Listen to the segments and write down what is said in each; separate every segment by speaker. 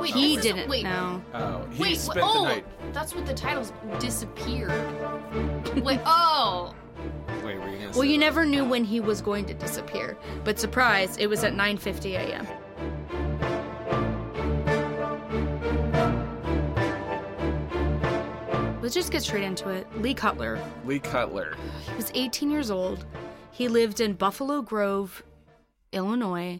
Speaker 1: Wait,
Speaker 2: no,
Speaker 1: he
Speaker 2: wait.
Speaker 1: didn't
Speaker 2: Wait.
Speaker 1: know.
Speaker 2: Oh, he
Speaker 3: Wait,
Speaker 2: spent
Speaker 3: wh- oh,
Speaker 2: the night.
Speaker 3: that's what the title's disappeared. Wait, oh,
Speaker 2: Wait, were you gonna
Speaker 1: Well,
Speaker 2: say
Speaker 1: you never knew when he was going to disappear. But surprise, it was at 9:50 a.m. Let's just get straight into it. Lee Cutler,
Speaker 2: Lee Cutler?
Speaker 1: he was 18 years old. He lived in Buffalo Grove, Illinois.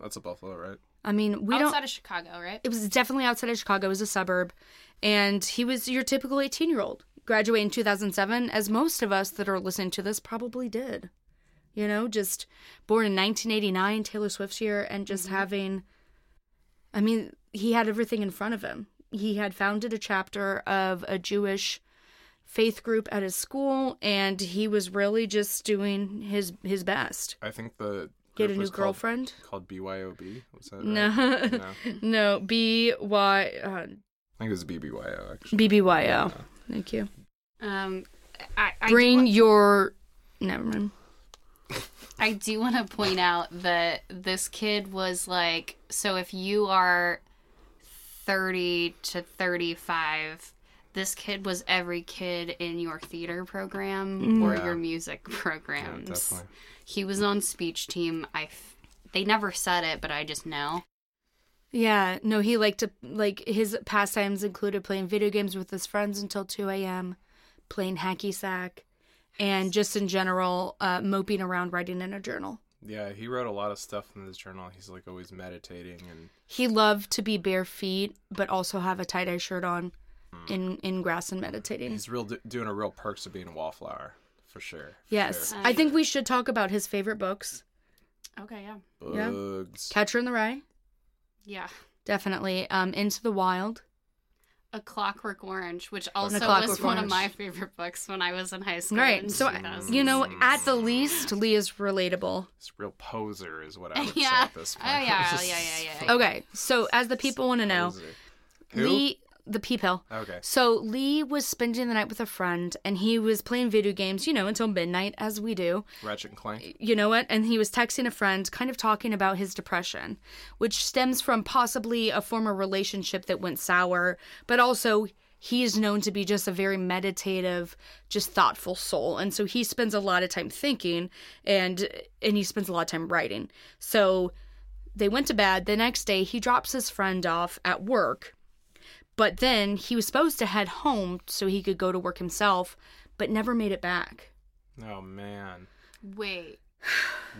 Speaker 2: That's a buffalo, right?
Speaker 1: I mean, we don't
Speaker 3: outside of Chicago, right?
Speaker 1: it was definitely outside of Chicago. It was a suburb. And he was your typical 18 year old. Graduate in 2007, as most of us that are listening to this probably did. You know, just born in 1989, Taylor Swift's year, and just having, I mean, he had everything in front of him. He had founded a chapter of a Jewish faith group at his school, and he was really just doing his his best.
Speaker 2: I think the
Speaker 1: Get
Speaker 2: group
Speaker 1: a new
Speaker 2: was called-
Speaker 1: girlfriend?
Speaker 2: called, BYOB. Was that right?
Speaker 1: No.
Speaker 2: no, I
Speaker 1: No, B Y uh,
Speaker 2: think it was BBYO actually.
Speaker 1: BBYO. Thank you.
Speaker 3: Um, I, I
Speaker 1: Bring
Speaker 3: do,
Speaker 1: your. Never mind.
Speaker 3: I do want to point out that this kid was like, so if you are thirty to thirty-five. This kid was every kid in your theater program or
Speaker 2: Yeah.
Speaker 3: your music
Speaker 2: Yeah,
Speaker 3: programs.
Speaker 2: definitely.
Speaker 3: He was on speech team. I, f- they never said it, but I just know.
Speaker 1: Yeah, no, he liked to like his pastimes included playing video games with his friends until two a.m., playing hacky sack, and just in general, uh, moping around writing in a journal.
Speaker 2: Yeah, he wrote a lot of stuff in his journal. He's like always meditating and
Speaker 1: He loved to be bare feet, but also have a tie dye shirt on, in in grass and meditating.
Speaker 2: he's real doing a real perks of being a wallflower for sure.
Speaker 1: Yes, I think we should talk about his favorite books:
Speaker 3: Okay, yeah,
Speaker 1: Yeah.
Speaker 2: Bugs.
Speaker 1: Catcher in the Rye,
Speaker 3: yeah.
Speaker 1: definitely, um, Into the Wild.
Speaker 3: A Clockwork Orange, which also
Speaker 1: Clockwork
Speaker 3: was one
Speaker 1: Orange.
Speaker 3: of my favorite books when I was in high school. in
Speaker 1: Right, so
Speaker 3: 2000.
Speaker 1: you know, at the least, Lee is relatable.
Speaker 2: He's a real poser is what I would say
Speaker 3: Yeah.
Speaker 2: at this
Speaker 3: Oh,
Speaker 2: point.
Speaker 3: yeah, yeah, yeah, yeah, yeah.
Speaker 1: Okay, so as the people want to know,
Speaker 2: Poser. Who? Oh.
Speaker 1: Lee, the people.
Speaker 2: Okay.
Speaker 1: So Lee was spending the night with a friend, and he was playing video games, you know, until midnight, as we do.
Speaker 2: Ratchet and Clank.
Speaker 1: You know what? And he was texting a friend, kind of talking about his depression, which stems from possibly a former relationship that went sour, but also. He is known to be just a very meditative, just thoughtful soul, and so he spends a lot of time thinking, and and he spends a lot of time writing. So they went to bed. The next day, he drops his friend off at work, but then he was supposed to head home so he could go to work himself, but never made it back.
Speaker 2: Oh man.
Speaker 3: Wait,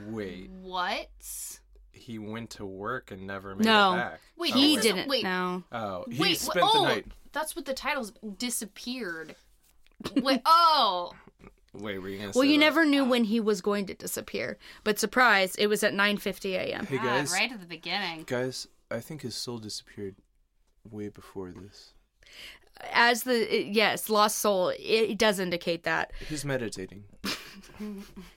Speaker 2: Wait.
Speaker 3: what?
Speaker 2: He went to work and never made
Speaker 1: No.
Speaker 2: it back.
Speaker 3: Wait,
Speaker 2: Oh,
Speaker 1: He
Speaker 3: wait.
Speaker 1: didn't
Speaker 3: Wait.
Speaker 1: know.
Speaker 2: Oh, he
Speaker 3: Wait, wh-
Speaker 2: spent
Speaker 3: oh,
Speaker 2: the night.
Speaker 3: that's what the title's disappeared. Wait, oh,
Speaker 2: Wait, were you gonna?
Speaker 1: Well,
Speaker 2: say
Speaker 1: you
Speaker 2: that?
Speaker 1: never knew when he was going to disappear. But surprise, it was at 9:50 a.m.
Speaker 2: Hey
Speaker 3: God,
Speaker 2: guys,
Speaker 3: right at the beginning.
Speaker 2: guys, I think his soul disappeared way before this.
Speaker 1: As the yes, lost soul, it, it does indicate that.
Speaker 2: He's meditating.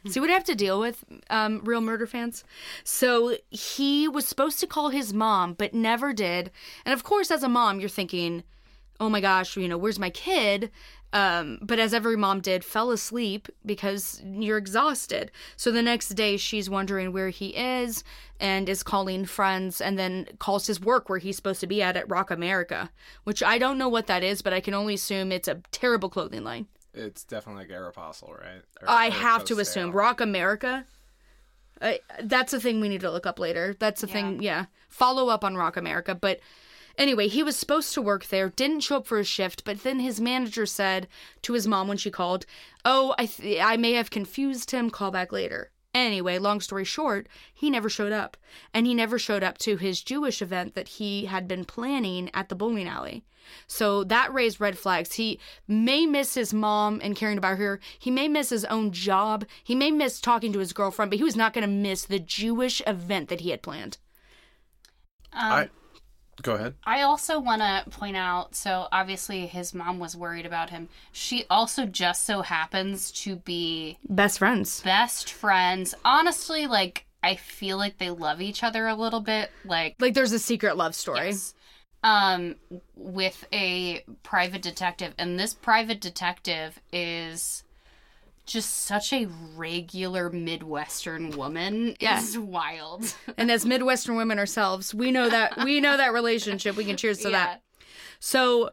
Speaker 1: See what I have to deal with, um, real murder fans. So he was supposed to call his mom, but never did. And of course, as a mom, you're thinking, "Oh my gosh, you know, where's my kid?" Um, but as every mom did, fell asleep because you're exhausted. So the next day, she's wondering where he is and is calling friends, and then calls his work where he's supposed to be at at Rock America, which I don't know what that is, but I can only assume it's a terrible clothing line.
Speaker 2: It's definitely like Aeropostale, right? Or
Speaker 1: I have to
Speaker 2: Aeropostale.
Speaker 1: assume Rock America. Uh, that's a thing we need to look up later. That's a thing, yeah. Follow up on Rock America. But anyway, he was supposed to work there, didn't show up for his shift, but then his manager said to his mom when she called, Oh, I, th- I may have confused him. Call back later. Anyway, long story short, he never showed up. And he never showed up to his Jewish event that he had been planning at the bowling alley. So that raised red flags. He may miss his mom and caring about her. He may miss his own job. He may miss talking to his girlfriend, but he was not going to miss the Jewish event that he had planned.
Speaker 3: Um,
Speaker 2: I go ahead.
Speaker 3: I also want to point out so obviously his mom was worried about him. She also just so happens to be
Speaker 1: Best friends.
Speaker 3: best friends. Honestly, like I feel like they love each other a little bit. Like
Speaker 1: Like there's a secret love story.
Speaker 3: Yes. Um, with a private detective, and this private detective is just such a regular Midwestern woman
Speaker 1: Yeah.
Speaker 3: is wild.
Speaker 1: And as Midwestern women ourselves, we know that we know that relationship. We can cheers to that. So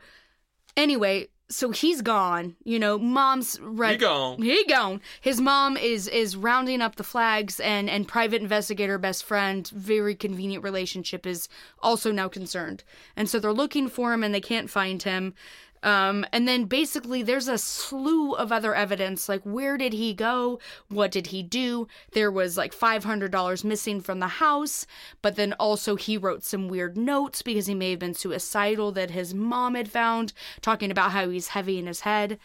Speaker 1: anyway, so he's gone. You know, mom's right.
Speaker 2: He gone.
Speaker 1: He gone. His mom is is rounding up the flags, and and private investigator best friend, very convenient relationship, is also now concerned. And so they're looking for him, and they can't find him. Um, and then basically, there's a slew of other evidence like where did he go? What did he do? There was like $500 missing from the house, but then also he wrote some weird notes because he may have been suicidal that his mom had found, talking about how he's heavy in his head.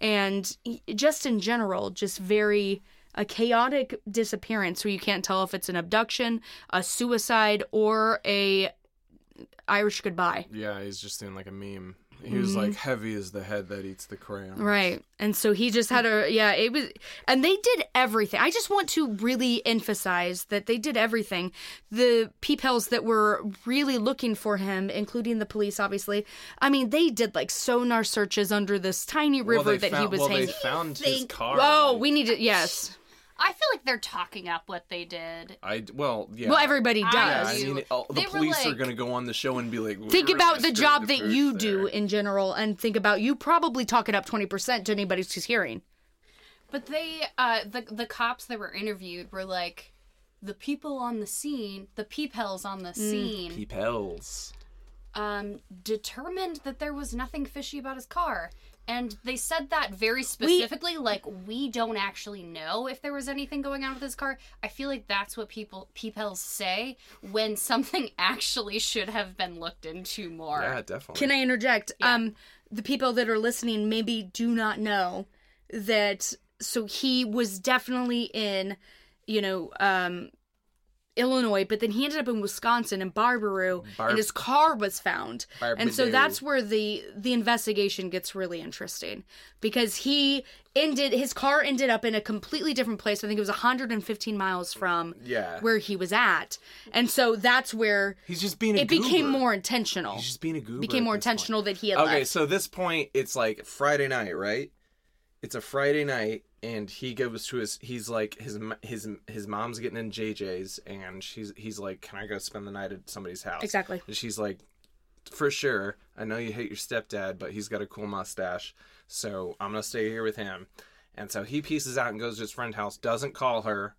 Speaker 1: And he- just in general, just very a chaotic disappearance where you can't tell if it's an abduction, a suicide, or a Irish goodbye.
Speaker 2: Yeah, he's just doing like a meme. He was like, heavy is the head that eats the crayon.
Speaker 1: Mm-hmm. Right. And so he just had a yeah, it was and they did everything. I just want to really emphasize that they did everything. The peepels that were really looking for him, including the police obviously. I mean, they did like sonar searches under this tiny river
Speaker 2: they
Speaker 1: that he
Speaker 2: found-
Speaker 1: was
Speaker 2: well, they
Speaker 1: hanging.
Speaker 2: found his
Speaker 3: think-
Speaker 2: car.
Speaker 1: oh,
Speaker 2: like,
Speaker 1: we need to yes.
Speaker 3: I feel like they're talking up what they did.
Speaker 2: I well, yeah.
Speaker 1: Well, everybody
Speaker 3: I
Speaker 1: does.
Speaker 2: Yeah, I
Speaker 3: You-
Speaker 2: mean, all, the
Speaker 3: they were
Speaker 2: police are
Speaker 3: like-
Speaker 2: gonna go on the show and be like,
Speaker 1: Think
Speaker 2: "We're
Speaker 1: about the
Speaker 2: masters
Speaker 1: job
Speaker 2: of
Speaker 1: that
Speaker 2: proof
Speaker 1: you
Speaker 2: there."
Speaker 1: do in general and think about you probably talk it up 20% to anybody who's hearing.
Speaker 3: But they, uh, the the cops that were interviewed were like, the people on the scene, the peephels on the scene,
Speaker 2: Peepels.
Speaker 3: um, determined that there was nothing fishy about his car, and they said that very specifically. like, we don't actually know if there was anything going on with his car. I feel like that's what people peephels say when something actually should have been looked into more.
Speaker 2: Yeah, definitely.
Speaker 1: Can I interject? Um, the people that are listening maybe do not know that. So he was definitely in, you know, um, Illinois, but then he ended up in Wisconsin in Barbaro,
Speaker 2: Barb-
Speaker 1: and his car was found. And so
Speaker 2: Barbaroux.
Speaker 1: that's where the the investigation gets really interesting because he ended his car ended up in a completely different place. I think it was 115 miles from
Speaker 2: Yeah.
Speaker 1: where he was at, and so that's where
Speaker 2: He's just being. A
Speaker 1: it became
Speaker 2: goober.
Speaker 1: more intentional
Speaker 2: He's just being a goober. at
Speaker 1: became more
Speaker 2: this point.
Speaker 1: intentional that he had
Speaker 2: Okay,
Speaker 1: left.
Speaker 2: so this point, it's like Friday night, right? It's a Friday night, and he goes to his. He's like his m- his his mom's getting in JJ's, and she's he's like, "Can I go spend the night at somebody's house?"
Speaker 1: Exactly.
Speaker 2: And she's like, "For sure. I know you hate your stepdad, but he's got a cool mustache, so I'm gonna stay here with him." And so he pieces out and goes to his friend's house. Doesn't call her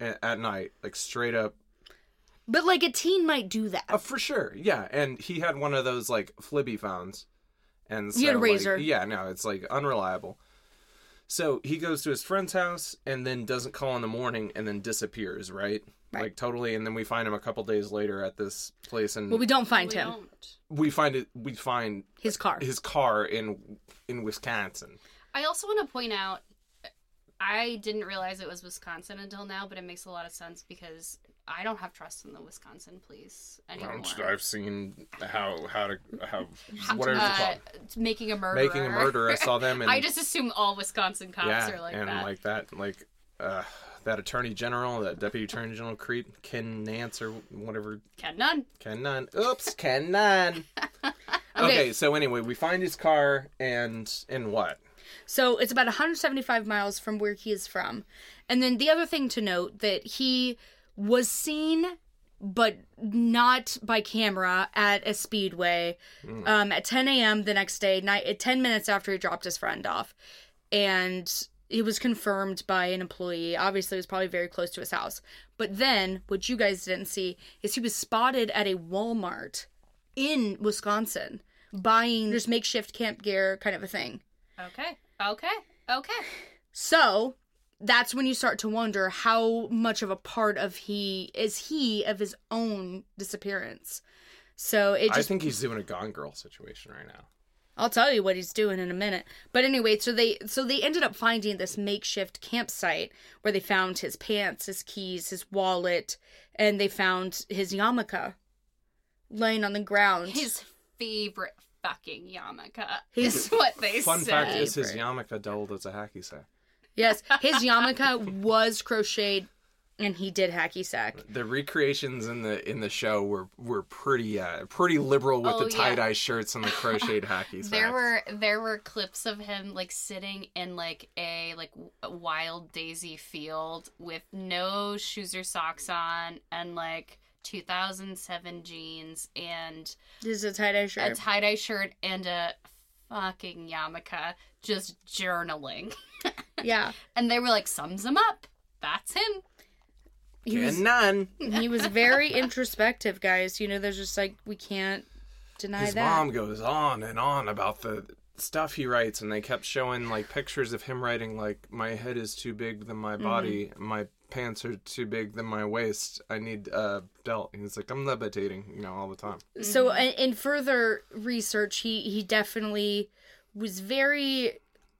Speaker 2: a- at night, like straight up
Speaker 1: But like a teen might do that.
Speaker 2: uh, for sure, yeah. And he had one of those like flibby phones, and so,
Speaker 1: He had a
Speaker 2: like,
Speaker 1: razor.
Speaker 2: yeah, no, it's like unreliable. So he goes to his friend's house and then doesn't call in the morning and then disappears, right?
Speaker 1: Right.
Speaker 2: Like totally. And then we find him a couple days later at this place, and
Speaker 1: well, we don't find
Speaker 3: We
Speaker 1: him.
Speaker 3: don't.
Speaker 2: we find it. We find
Speaker 1: His car.
Speaker 2: his car in in Wisconsin.
Speaker 3: I also want to point out I didn't realize it was Wisconsin until now, but it makes a lot of sense because I don't have trust in the Wisconsin police anymore.
Speaker 2: I've seen how how to how
Speaker 3: Uh,
Speaker 2: whatever it's called
Speaker 3: making a murderer.
Speaker 2: making a murder. I saw them and
Speaker 3: I just assume all Wisconsin cops
Speaker 2: yeah,
Speaker 3: are like
Speaker 2: and
Speaker 3: that.
Speaker 2: like that, like uh, that attorney general, that deputy attorney general creep, Ken Nance or whatever,
Speaker 3: Ken Nunn.
Speaker 2: Ken Nunn. Oops, Ken Nunn. okay, so anyway, we find his car and and what?
Speaker 1: So it's about 175 miles from where he is from. And then the other thing to note that he was seen but not by camera at a speedway um, at 10 a.m. the next day, night, at 10 minutes after he dropped his friend off. And it was confirmed by an employee. Obviously, it was probably very close to his house. But then, what you guys didn't see is he was spotted at a Walmart in Wisconsin buying just makeshift camp gear kind of a thing.
Speaker 3: Okay. Okay. Okay.
Speaker 1: So that's when you start to wonder how much of a part of he is he of his own disappearance. So it
Speaker 2: I
Speaker 1: just
Speaker 2: think he's doing a Gone Girl situation right now.
Speaker 1: I'll tell you what he's doing in a minute. But anyway, so they so they ended up finding this makeshift campsite where they found his pants, his keys, his wallet, and they found his yarmulke laying on the ground.
Speaker 3: His favorite fucking yarmulke is what they
Speaker 2: Fun
Speaker 3: said.
Speaker 2: fact is his yarmulke doubled as a hacky sack.
Speaker 1: yes, his yarmulke was crocheted and he did hacky sack.
Speaker 2: The recreations in the in the show were were pretty uh, pretty liberal with
Speaker 3: Oh,
Speaker 2: the
Speaker 3: yeah.
Speaker 2: tie dye shirts and the crocheted hockey.
Speaker 3: There
Speaker 2: sacks.
Speaker 3: were there were clips of him like sitting in like a like w- wild daisy field with no shoes or socks on and like 2007 jeans and
Speaker 1: This is a tie dye shirt.
Speaker 3: a tie dye shirt and a fucking yarmulke, just journaling.
Speaker 1: yeah,
Speaker 3: And they were like, sums him up. That's him.
Speaker 1: he
Speaker 2: and
Speaker 1: was
Speaker 2: none.
Speaker 1: he was very introspective, guys. You know, there's just like we can't deny
Speaker 2: His
Speaker 1: that.
Speaker 2: mom goes on and on about the stuff he writes, and they kept showing like pictures of him writing like, "My head is too big than
Speaker 1: Mm-hmm.
Speaker 2: my body. My pants are too big than my waist. I need a belt." And he's like, "I'm levitating," you know, all the time.
Speaker 1: So in, in further research, he he definitely was very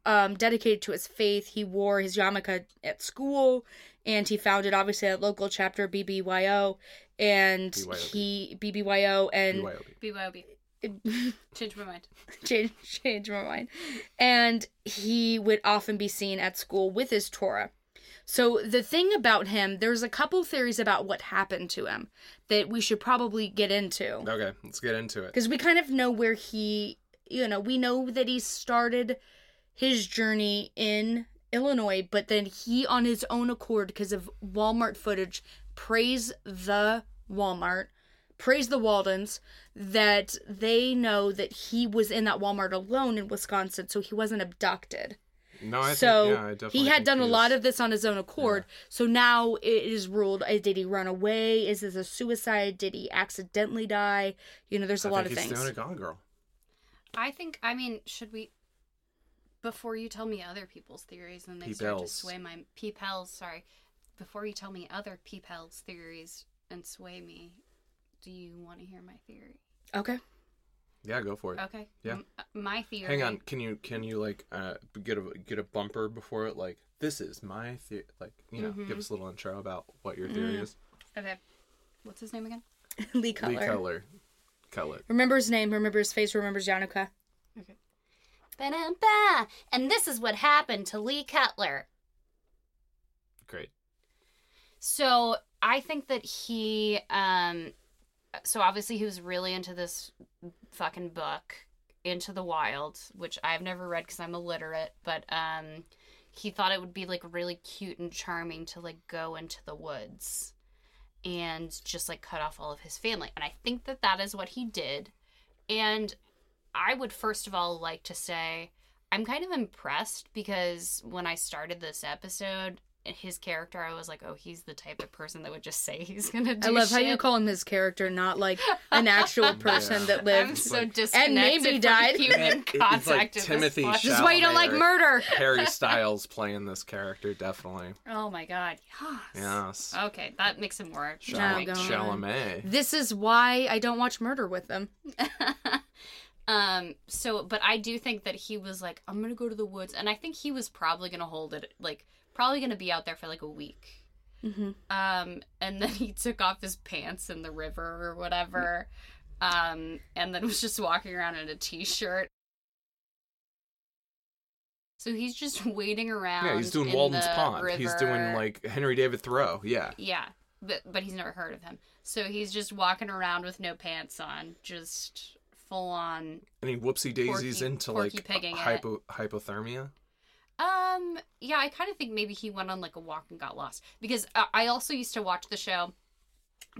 Speaker 1: um, dedicated to his faith. He wore his yarmulke at school, and he founded obviously a local chapter BBYO, and
Speaker 2: BYOB.
Speaker 1: he BBYO and
Speaker 2: BYOB.
Speaker 3: BYOB. Change my mind.
Speaker 1: change change my mind. And he would often be seen at school with his Torah. So the thing about him, there's a couple theories about what happened to him that we should probably get into
Speaker 2: Okay, let's get into it.
Speaker 1: because we kind of know where he, you know, we know that he started his journey in Illinois, but then he on his own accord because of Walmart footage, praise the Walmart, praise the Waldens that they know that he was in that Walmart alone in Wisconsin, so he wasn't abducted.
Speaker 2: No, Oh, I
Speaker 1: so
Speaker 2: think, yeah, I definitely
Speaker 1: he had
Speaker 2: think
Speaker 1: done a
Speaker 2: was-
Speaker 1: lot of this on his own accord. So now it is ruled: uh, did he run away? Is this a suicide? Did he accidentally die? You know, there's a
Speaker 2: I
Speaker 1: lot
Speaker 2: think
Speaker 1: of
Speaker 2: he's
Speaker 1: things.
Speaker 2: doing a Gone Girl.
Speaker 3: I think, I mean, should we. Before you tell me other people's theories and they start to
Speaker 2: Peepels.
Speaker 3: sway my. Peepels, sorry. Before you tell me other peepels theories and sway me, do you want to hear my theory?
Speaker 1: Okay.
Speaker 2: Yeah, go
Speaker 1: Oh,
Speaker 2: for it.
Speaker 3: Okay.
Speaker 2: Yeah.
Speaker 3: M- uh, my theory.
Speaker 2: Hang on, can you can you like uh get a get a bumper before it? Like this is my theory. Like you know,
Speaker 1: Mm-hmm.
Speaker 2: give us a little intro about what your theory is.
Speaker 3: Okay. What's his name again?
Speaker 1: Lee Cutler.
Speaker 2: Lee Cutler, Cutler.
Speaker 1: Remember his name, remember his face, remembers Yannicka.
Speaker 3: Ba-dum-ba. And this is what happened to Lee Cutler.
Speaker 2: Great.
Speaker 3: So I think that he, um, so obviously he was really into this fucking book, Into the Wild, which I've never read because I'm illiterate, but um, he thought it would be like really cute and charming to like go into the woods and just like cut off all of his family. And I think that that is what he did. And I would first of all like to say I'm kind of impressed because when I started this episode, his character, I was like, oh, he's the type of person that would just say he's gonna do.
Speaker 1: I love how you
Speaker 3: shit.
Speaker 1: call him his character, not like an actual person that
Speaker 3: I'm
Speaker 1: lived.
Speaker 3: so
Speaker 2: Like-
Speaker 3: disconnected
Speaker 1: And maybe
Speaker 3: from
Speaker 1: died.
Speaker 3: human
Speaker 2: It's like
Speaker 3: contact. at this
Speaker 2: Timothy
Speaker 3: point.
Speaker 1: This is why you don't like
Speaker 2: Right.
Speaker 1: murder.
Speaker 2: Harry Styles playing this character definitely.
Speaker 3: Oh my god. Yes.
Speaker 2: Yes.
Speaker 3: Okay, that makes him more.
Speaker 1: Shall-
Speaker 2: Chalamet.
Speaker 1: God.
Speaker 2: Chalamet.
Speaker 1: This is why I don't watch murder with them.
Speaker 3: Um. So, but I do think that he was like, I'm gonna go to the woods, and I think he was probably gonna hold it, like probably gonna be out there for like a week.
Speaker 1: Mhm.
Speaker 3: Um. And then he took off his pants in the river or whatever. Um. And then was just walking around in a t-shirt. So he's just waiting around.
Speaker 2: Yeah, he's doing
Speaker 3: in
Speaker 2: Walden's
Speaker 3: the
Speaker 2: Pond. He's doing
Speaker 3: river.
Speaker 2: like Henry David Thoreau. Yeah.
Speaker 3: Yeah, but but he's never heard of him. So he's just walking around with no pants on, just full on.
Speaker 2: And he whoopsie daisies
Speaker 3: Porky-
Speaker 2: into
Speaker 3: Porky
Speaker 2: like
Speaker 3: Pigging it.
Speaker 2: hypo, hypothermia.
Speaker 3: Um, yeah, I kind of think maybe he went on like a walk and got lost because uh, I also used to watch the show,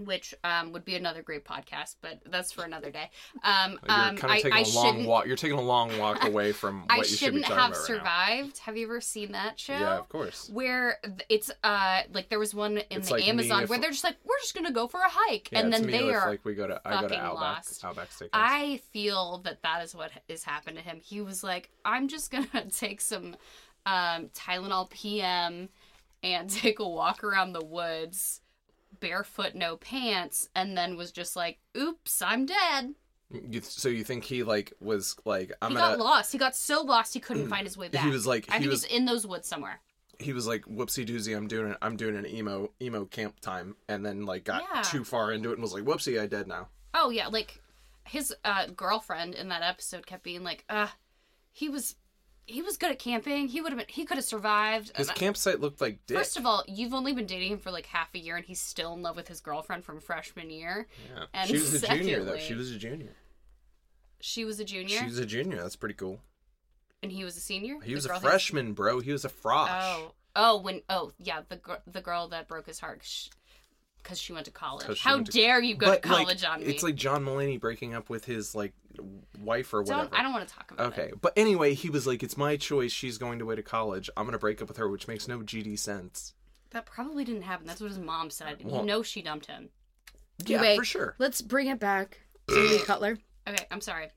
Speaker 3: which um would be another great podcast, but that's for another day. Um,
Speaker 2: Oh, You're
Speaker 3: um,
Speaker 2: kind of
Speaker 3: I,
Speaker 2: taking
Speaker 3: I
Speaker 2: a long
Speaker 3: shouldn't.
Speaker 2: walk. You're taking a long walk away from what
Speaker 3: I
Speaker 2: you should be
Speaker 3: shouldn't
Speaker 2: talking
Speaker 3: have
Speaker 2: about right now.
Speaker 3: survived. Have you ever seen that show?
Speaker 2: Yeah, of course.
Speaker 3: where th- it's uh like there was one in
Speaker 2: It's
Speaker 3: the
Speaker 2: like me
Speaker 3: Amazon
Speaker 2: if-
Speaker 3: where they're just like we're just gonna go for a hike
Speaker 2: Yeah,
Speaker 3: and
Speaker 2: it's
Speaker 3: then
Speaker 2: me
Speaker 3: they
Speaker 2: if,
Speaker 3: are
Speaker 2: like we go to I go to
Speaker 3: fucking
Speaker 2: Outback
Speaker 3: lost.
Speaker 2: Outback Steakhouse.
Speaker 3: I feel that that is what has happened to him. He was like, I'm just gonna take some um, Tylenol PM and take a walk around the woods, barefoot, no pants, and then was just like, oops, I'm dead.
Speaker 2: You- so you think he like was like I'm
Speaker 3: he
Speaker 2: gonna
Speaker 3: got lost. He got so lost he couldn't find his way back.
Speaker 2: was like-
Speaker 3: I
Speaker 2: he
Speaker 3: think
Speaker 2: was-
Speaker 3: he's in those woods somewhere.
Speaker 2: he was like whoopsie doozy I'm doing it I'm doing an emo emo camp time and then like got
Speaker 3: Yeah.
Speaker 2: too far into it and was like whoopsie I dead now.
Speaker 3: Oh yeah, like his uh, girlfriend in that episode kept being like, uh, he was he was good at camping. He would have been. He could have survived.
Speaker 2: His
Speaker 3: And I-
Speaker 2: campsite looked like dick.
Speaker 3: First of all, you've only been dating him for like half a year, and he's still in love with his girlfriend from freshman year.
Speaker 2: yeah.
Speaker 3: and
Speaker 2: she was a junior though.
Speaker 3: secondly-
Speaker 2: She was a junior.
Speaker 3: She was a junior,
Speaker 2: She was a junior. That's pretty cool.
Speaker 3: and he was a senior.
Speaker 2: He
Speaker 3: The
Speaker 2: was a
Speaker 3: girl that-
Speaker 2: freshman, bro. He was a frosh.
Speaker 3: Oh, oh, when oh yeah, the gr- the girl that broke his heart because she went to
Speaker 2: 'Cause
Speaker 3: college.
Speaker 2: she
Speaker 3: How
Speaker 2: went to-
Speaker 3: dare you go
Speaker 2: But,
Speaker 3: to
Speaker 2: like,
Speaker 3: college on me?
Speaker 2: It's like John Mulaney breaking up with his like wife or whatever.
Speaker 3: don't I don't want to talk about it.
Speaker 2: Okay, but anyway, he was like, "It's my choice. She's going away to college. I'm gonna break up with her," which makes no GD sense.
Speaker 3: That probably didn't happen. That's what his mom said.
Speaker 2: Well-
Speaker 3: you know she dumped him.
Speaker 2: Yeah,
Speaker 1: Anyway,
Speaker 2: for sure.
Speaker 1: Let's bring it back to Lee Cutler.
Speaker 3: Okay, I'm sorry.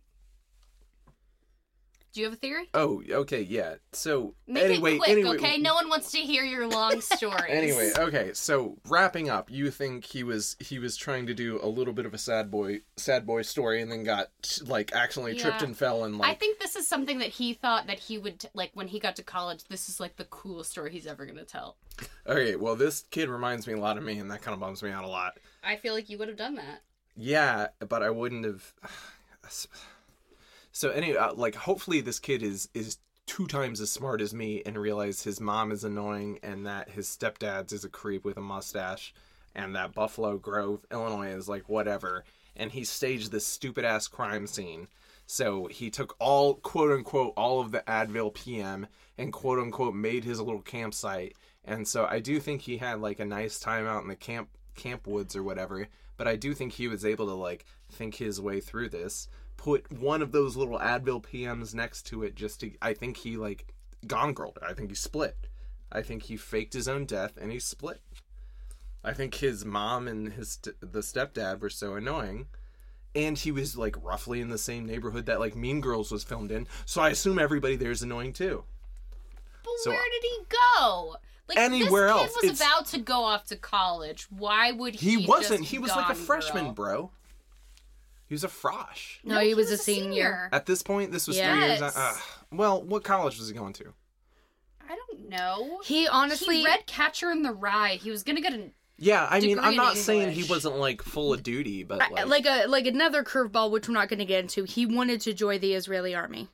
Speaker 3: Do you have a theory?
Speaker 2: Oh, okay, yeah. So
Speaker 3: Make
Speaker 2: anyway,
Speaker 3: it quick,
Speaker 2: anyway,
Speaker 3: okay? No one wants to hear your long stories.
Speaker 2: anyway, okay. So wrapping up, you think he was he was trying to do a little bit of a sad boy sad boy story, and then got like accidentally tripped
Speaker 3: Yeah.
Speaker 2: and fell, and
Speaker 3: I
Speaker 2: like
Speaker 3: think this is something that he thought that he would like when he got to college. This is like the coolest story he's ever gonna tell.
Speaker 2: okay, well, this kid reminds me a lot of me, and that kind of bums me out a lot.
Speaker 3: I feel like you would have done that.
Speaker 2: Yeah, but I wouldn't have. So anyway, uh, like hopefully this kid is is two times as smart as me and realize his mom is annoying and that his stepdad's is a creep with a mustache and that Buffalo Grove, Illinois is like whatever and he staged this stupid ass crime scene. So he took all quote unquote all of the Advil PM and quote unquote made his little campsite. And so I do think he had like a nice time out in the camp camp woods or whatever, but I do think he was able to like think his way through this. Put one of those little Advil PMs next to it just to I think he like gongreled. I think he split. I think he faked his own death and he split. I think his mom and his st- the stepdad were so annoying and he was like roughly in the same neighborhood that like Mean Girls was filmed in. So I assume everybody there is annoying too.
Speaker 3: But
Speaker 2: So-
Speaker 3: where did he go? Like
Speaker 2: Anywhere
Speaker 3: this kid
Speaker 2: else.
Speaker 3: was
Speaker 2: It's-
Speaker 3: about to go off to college. Why would
Speaker 2: He,
Speaker 3: he?
Speaker 2: wasn't.
Speaker 3: just
Speaker 2: He was like a
Speaker 3: gone,
Speaker 2: freshman,
Speaker 3: girl?
Speaker 2: bro. He was a frosh.
Speaker 1: No, he, was, a senior.
Speaker 2: At this point, this was three
Speaker 3: Yes.
Speaker 2: years. Uh, well, what college was he going to?
Speaker 3: I don't know.
Speaker 1: He honestly
Speaker 3: he read Catcher in the Rye. He was gonna get an.
Speaker 2: Yeah, I mean,
Speaker 3: Degree
Speaker 2: I'm
Speaker 3: in
Speaker 2: not saying he
Speaker 3: English.
Speaker 2: wasn't like full of duty, but
Speaker 1: I-
Speaker 2: like,
Speaker 1: like a like another curveball, which we're not going to get into. He wanted to join the Israeli army.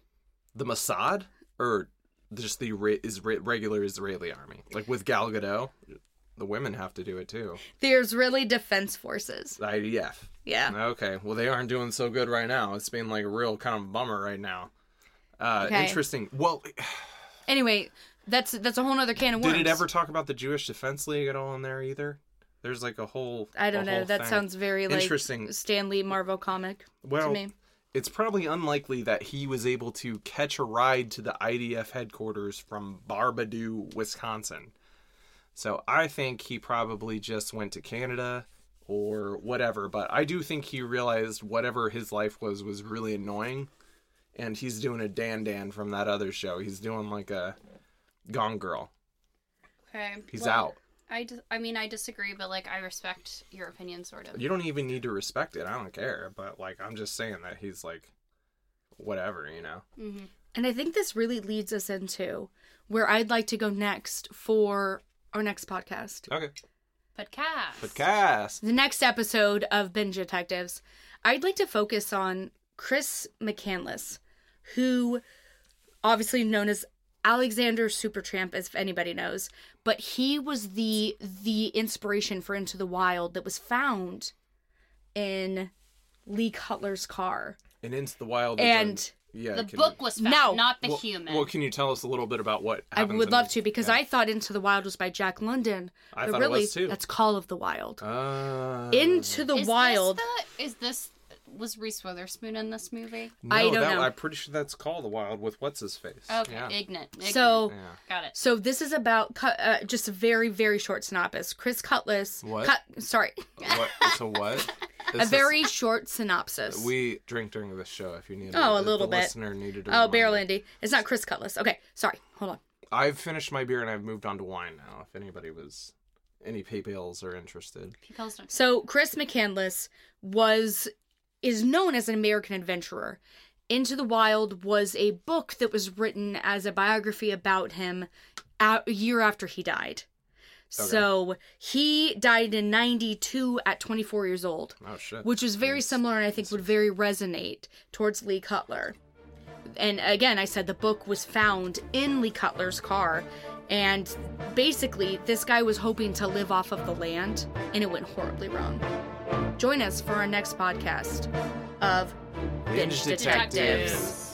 Speaker 2: the Mossad or just the re- Isra- regular Israeli army, like with Gal Gadot. The women have to do it too.
Speaker 1: The Israeli Defense Forces.
Speaker 2: The IDF.
Speaker 1: Yeah.
Speaker 2: Okay. Well, they aren't doing so good right now. It's been like a real kind of bummer right now. Uh,
Speaker 1: Okay.
Speaker 2: Interesting. Well,
Speaker 1: Anyway, that's that's a whole other can of worms.
Speaker 2: did it ever talk about the Jewish Defense League at all in there either? There's like a whole.
Speaker 1: I don't
Speaker 2: a
Speaker 1: know.
Speaker 2: whole
Speaker 1: That
Speaker 2: thing.
Speaker 1: sounds very like
Speaker 2: Interesting.
Speaker 1: Stanley Marvel comic
Speaker 2: Well,
Speaker 1: to me.
Speaker 2: it's probably unlikely that he was able to catch a ride to the IDF headquarters from Barbadoo, Wisconsin. So I think he probably just went to Canada or whatever, but I do think he realized whatever his life was was really annoying. And he's doing a Dan Dan from that other show. He's doing like a Gone Girl.
Speaker 3: Okay.
Speaker 2: He's
Speaker 3: well,
Speaker 2: out.
Speaker 3: I, dis- I mean I disagree, but like I respect your opinion sort of.
Speaker 2: You don't even need to respect it. I don't care. But like, I'm just saying that he's like, whatever, you know?
Speaker 3: Mm-hmm.
Speaker 1: And I think this really leads us into where I'd like to go next for our next podcast.
Speaker 2: Okay.
Speaker 3: Podcast.
Speaker 2: But cast.
Speaker 1: The next episode of Binge Detectives, I'd like to focus on Chris McCandless, who obviously known as Alexander Supertramp, as if anybody knows, but he was the the inspiration for Into the Wild that was found in Lee Cutler's car.
Speaker 2: And Into the Wild. is
Speaker 1: And
Speaker 2: a- yeah,
Speaker 3: The
Speaker 2: can-
Speaker 3: book was found,
Speaker 1: No.
Speaker 3: not the
Speaker 2: well,
Speaker 3: human.
Speaker 2: Well, can you tell us a little bit about what?
Speaker 1: I
Speaker 2: happens
Speaker 1: would
Speaker 2: in
Speaker 1: love
Speaker 2: this-
Speaker 1: to because
Speaker 2: yeah.
Speaker 1: I thought Into the Wild was by Jack London.
Speaker 2: I
Speaker 1: but
Speaker 2: thought it
Speaker 1: really,
Speaker 2: was too.
Speaker 1: that's Call of the Wild.
Speaker 2: Uh,
Speaker 1: Into the
Speaker 3: is
Speaker 1: Wild.
Speaker 3: This the, is this was Reese Witherspoon in this movie?
Speaker 2: no,
Speaker 1: I don't
Speaker 2: that,
Speaker 1: know.
Speaker 2: I'm pretty sure that's called the Wild with what's his face.
Speaker 3: Okay,
Speaker 2: Yeah.
Speaker 3: Ignat. Ignat.
Speaker 1: so
Speaker 2: yeah.
Speaker 3: got it.
Speaker 1: So this is about cu- uh, just a very very short synopsis. Chris Cutlass.
Speaker 2: What?
Speaker 1: Cut- sorry,
Speaker 2: what? So what?
Speaker 1: a very short synopsis.
Speaker 2: We drink during the show if you need.
Speaker 1: Oh, a
Speaker 2: the
Speaker 1: little bit.
Speaker 2: Listener needed. a
Speaker 1: oh,
Speaker 2: reminder.
Speaker 1: Bear Lindy. It's not Chris Cutlass. Okay, sorry. Hold on.
Speaker 2: I've finished my beer and I've moved on to wine now. If anybody was, any pay bills are interested.
Speaker 3: People's don't-
Speaker 1: So Chris McCandless was is known as an American adventurer. Into the Wild was a book that was written as a biography about him a a year after he died. So he died in 92 at 24 years old.
Speaker 2: Oh shit.
Speaker 1: which was very similar and I think would very resonate towards Lee Cutler. and again, I said the book was found in Lee Cutler's car. And basically, this guy was hoping to live off of the land, and it went horribly wrong. Join us for our next podcast of Binge
Speaker 2: Detectives.
Speaker 1: Detectives.